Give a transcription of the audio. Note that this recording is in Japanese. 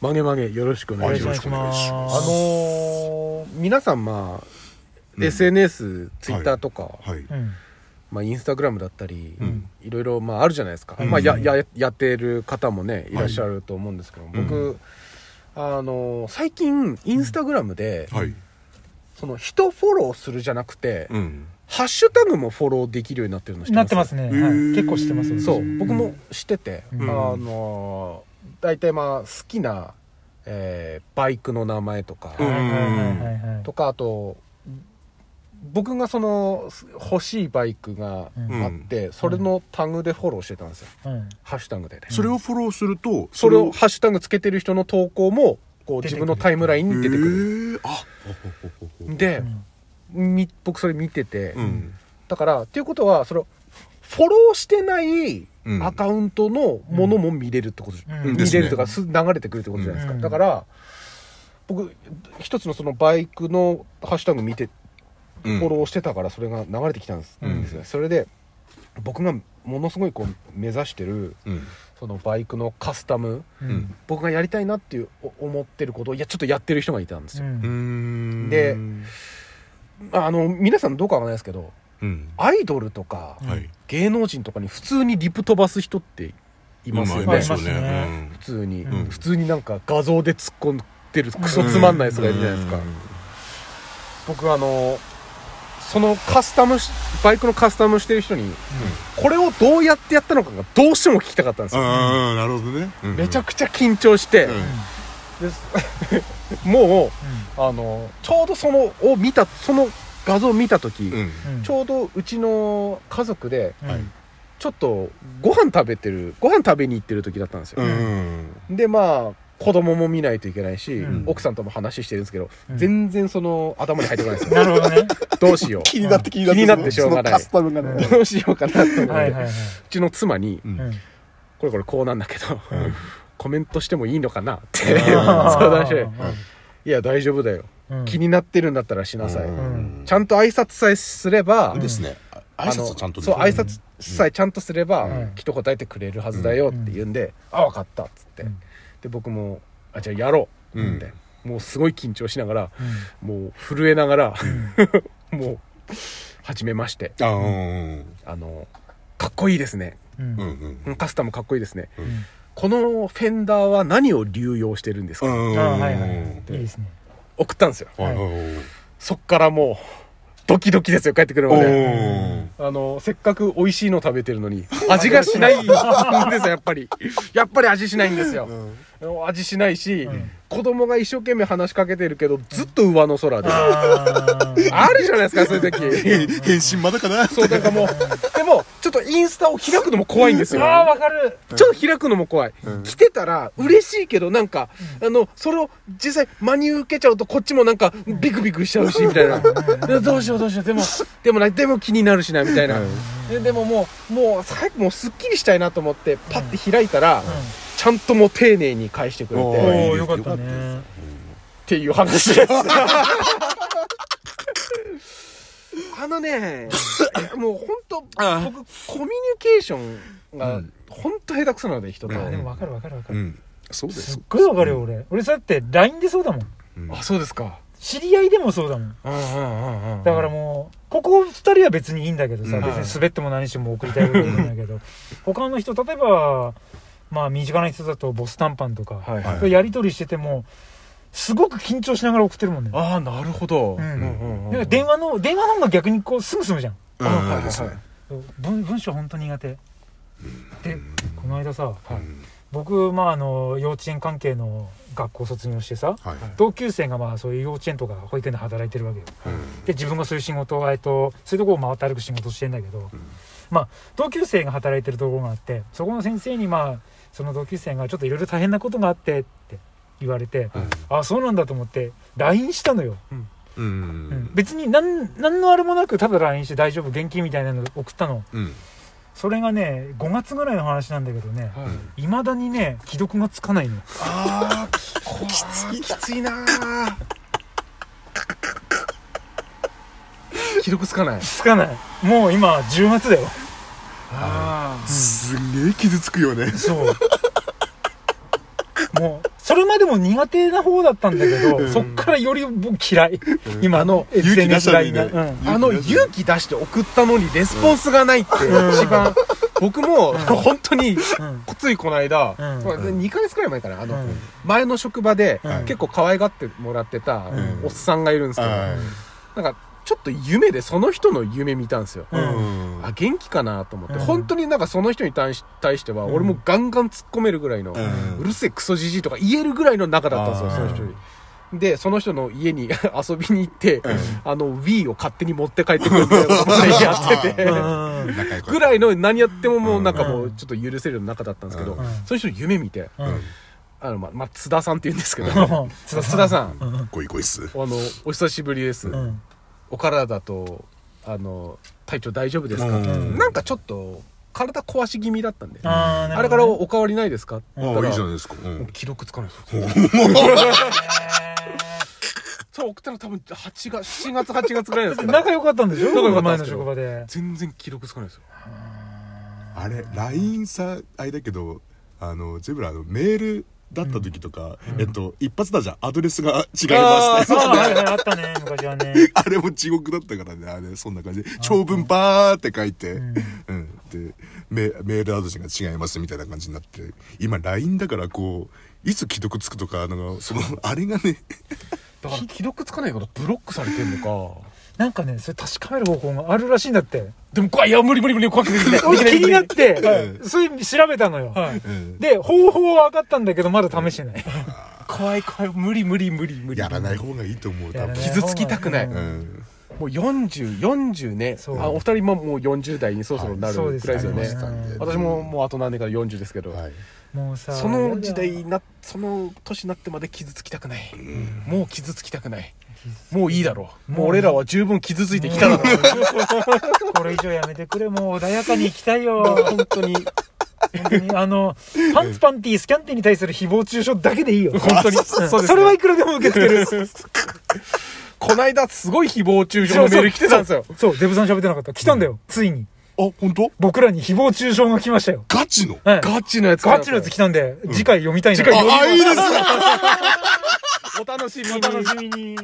曲げ曲げよろしくお願いしよまろすしくお願いしあまのすー皆さんまあ、うん SNS ツイッターとか、はい、うんまあ、インスタグラムだったり、うんいろいろまああるじゃないですか、うんまあ、やややってる方もねいらっしゃると思うんですけど、僕、あのー最近インスタグラムで、はいその人フォローするじゃなくて、うんハッシュタグもフォローできるようになってるの知ってますなってますね、はいへー結構してます私そううん僕も知ってて、うんあのー大体まあ好きな、えーバイクの名前とか、うんはいはいはいはいとかあと僕がそのす欲しいバイクがうんあって、それのタグでフォローしてたんですよ、うんハッシュタグでね、それをフォローするとそれをハッシュタグつけてる人の投稿もこう自分のタイムラインに出てくる、るあほほほほほでう、んみ僕それ見てて、うんだからっていうことはそれをフォローしてないうんアカウントのものも見れるってこと、うん見れるとうかんす流れてくるってことじゃないですか、うんだから僕一つのそのバイクのハッシュタグ見てフフォローしてたからそれが流れてきたんです,、うんよそれで僕がものすごいこう目指してるうんそのバイクのカスタムうん僕がやりたいなっていうお思ってることをいやちょっとやってる人がいたんですうよ、んうんでうんあの皆さんどうかわかんないですけどうんアイドルとかはい芸能人とかに普通にリプ飛ばす人っていますようね、んあいますよいますねね普通に、うん普通になんか画像で突っ込んでるクソつまんないやつがいるじゃないですか、僕あのそのカスタムしバイクのカスタムしてる人に、これをどうやってやったのかがどうしても聞きたかったんですうんよ、ああなるほどねうんめちゃくちゃ緊張して、うんです もうあのちょうどそのを見たその画像を見た時、うんうんちょうどうちの家族でうんはいちょっとご飯食べてるご飯食べに行ってる時だったんですよ、うんでまあ子供も見ないといけないし、うん奥さんとも話してるんですけど、うん全然その頭に入ってこないんですよなるほどねどうしよ気になって気になって気になってしょうがなそいのカスタムがうんねうどうしようかなと思って、はいはいはいうちの妻にうんうん「これこれこうなんだけど、うんコメントしてもいいのかな?」ってうん相談してう「いや大丈夫だよん気になってるんだったらしなさい」うんちゃんと挨拶さえすれば、うんですねあ挨あ拶のをちゃんとねそう挨拶さえちゃんとすれば、うんきっと答えてくれるはずだよって言うんで「あ分かった」っつって、うんで僕も「あじゃあやろう」って、もうすごい緊張しながらもう震えながら、 もう「はじめましてあーあのかっこいいですねうんううんんうんこのカスタムかっこいいですね、んこのフェンダーは何を流用してるんですか?」うんあはいはいはいいいですね送ったんですよはいはいそっからもうドキドキですよ帰ってくるおまで。ーあのせっかく美味しいの食べてるのに味がしないんですよやっぱりやっぱり味しないんですよ、味しないし、うん子供が一生懸命話しかけてるけどずっと上の空で、あーあるじゃないですかそういう時返信まだかなそうなんかもうでもちょっとインスタを開くのも怖いんですよあーわかるちょっと開くのも怖い、来てたら嬉しいけどなんか、あのそれを実際真に受けちゃうとこっちもなんかビクビクしちゃうしみたいなでどうしようどうしようでもでもなでも気になるしなみたいな、ででももうもう最後もうすっきりしたいなと思ってパッて開いたら、ちゃんともう丁寧に返してくれおおーておよかったねっていう話ですあのねもう本あ当僕コミュニケーションが本当下手くそなので人と、あでもわかるわかるわかうるんそうですすっごいわかるよ俺俺そうやって LINE でそうだもんうんあそうですか知り合いでもそうだもんうんうんうんうんだからもうここ二人は別にいいんだけどさ、うん別に滑っても何しても送りたいわけじゃないんだけど他の人例えばまあ身近な人だとボス短パンとか、はいはいやり取りしててもすごく緊張しながら送ってるもんねああなるほど、うんうんなんか電話の電話の方が逆にこうすぐ済むじゃんうんあはいはいはいですね文文章本当苦手でこの間さうん僕まああの幼稚園関係の学校卒業してさはい同級生がまあそういう幼稚園とか保育園で働いてるわけようんで自分がそういう仕事を、えっと、そういうところを回って歩く仕事をしてんだけど、まあ同級生が働いてるところがあってそこの先生にまあその同級生がちょっといろいろ大変なことがあってって言われて、ああそうなんだと思って LINE したのよ、ううんん別に何何のあれもなくただ LINE して大丈夫元気みたいなの送ったのうんそれがね5月ぐらいの話なんだけどねはいいまだにね既読がつかないのああきついきついなー記録つかないつかないもう今10月だよあすんげえ傷つくよねそう もうそれまでも苦手な方だったんだけど、うんそっからより僕嫌い。今の勇気出 SNS したがのいにな。ねうんあの勇気出して送ったのにレスポンスがないって一 番僕も本当にうんついこの間うん2ヶ月くらい前かなあうのん前の職場でうん結構可愛がってもらってたうんおっさんがいるんですけどはなんかちょっと夢でその人の夢見たんですよい。うんあ元気かなと思ってうん本当になんかその人に対し対してはうん俺もガンガン突っ込めるぐらいのうんうるせえクソじじいとか言えるぐらいの仲だったんですよあーその人に。でその人の家に 遊びに行ってうんあの Wii を勝手に持って帰ってくるみたいなことでやっててうんうん仲良くぐらいの何やってももうなんかもううんちょっと許せるような仲だったんですけどうんその人夢見てうんあのままあ津田さんって言うんですけど津田津さん田さんごいごいっす。あのお久しぶりですうんお体とあの体調大丈夫ですかうんなんかちょっと体壊し気味だったんでああーなれるほからどねお変わりないですかってあ言ったあ、いらいじゃないですか。うん もう記録つかないですよそれ送ったの多分8月7月8月ぐらいなんですけえーど仲良かったんでしょ仲良かったん前でのすよ職場で。全然記録つかないですよあれ LINE さあれだけどあのゼブラあのメールだった時とか、えっと一発だじゃんアドレスが違いあまーすねそうああ、あったね、昔はね。 あれも地獄だったからねあれそんな感じで長文バーって書いて、うんんでメメールアドレスが違いますみたいな感じになって今 LINE だからこういつ既読つくとかなんかそのあれがねだから記録つかないからブロックされてんのかなんかね、それ確かめる方法があるらしいんだって。でも怖いいや無理無理無理怖くてできない俺気になってう、それ調べたのよ。はいうんで、方法は分かったんだけど、まだ試してない。怖い怖い無理無理無理無理やらない方がいいと思う多やら分ない傷つきたくない方うがんもう4040ねそうあお二人ももう40代にそろそろなるはいくらいですよそねうですね私ももうあと何年かで40ですけど、はいもうさ、その時代なその年になってまで傷つきたくない、もう傷つきたくないもういいだろうもう俺らは十分傷ついてきただろうこれ以上やめてくれ、もう穏やかに行きたいよ。本当に本当にあの、パンツパンティー、スキャンティに対する誹謗中傷だけでいいよ。 本当にうそうんですねそれはいくらでも受け付ける。 こないだすごい誹謗中傷のメール来てたんですよそう、デブさん喋ってなかった。来たんだよ、ついに。あ本当僕らに誹謗中傷が来ましたよ。ガチのはいガチのやつガチのやつ来たんで、次回読みたいな。次回ああいいですね お楽しみおに楽しみに。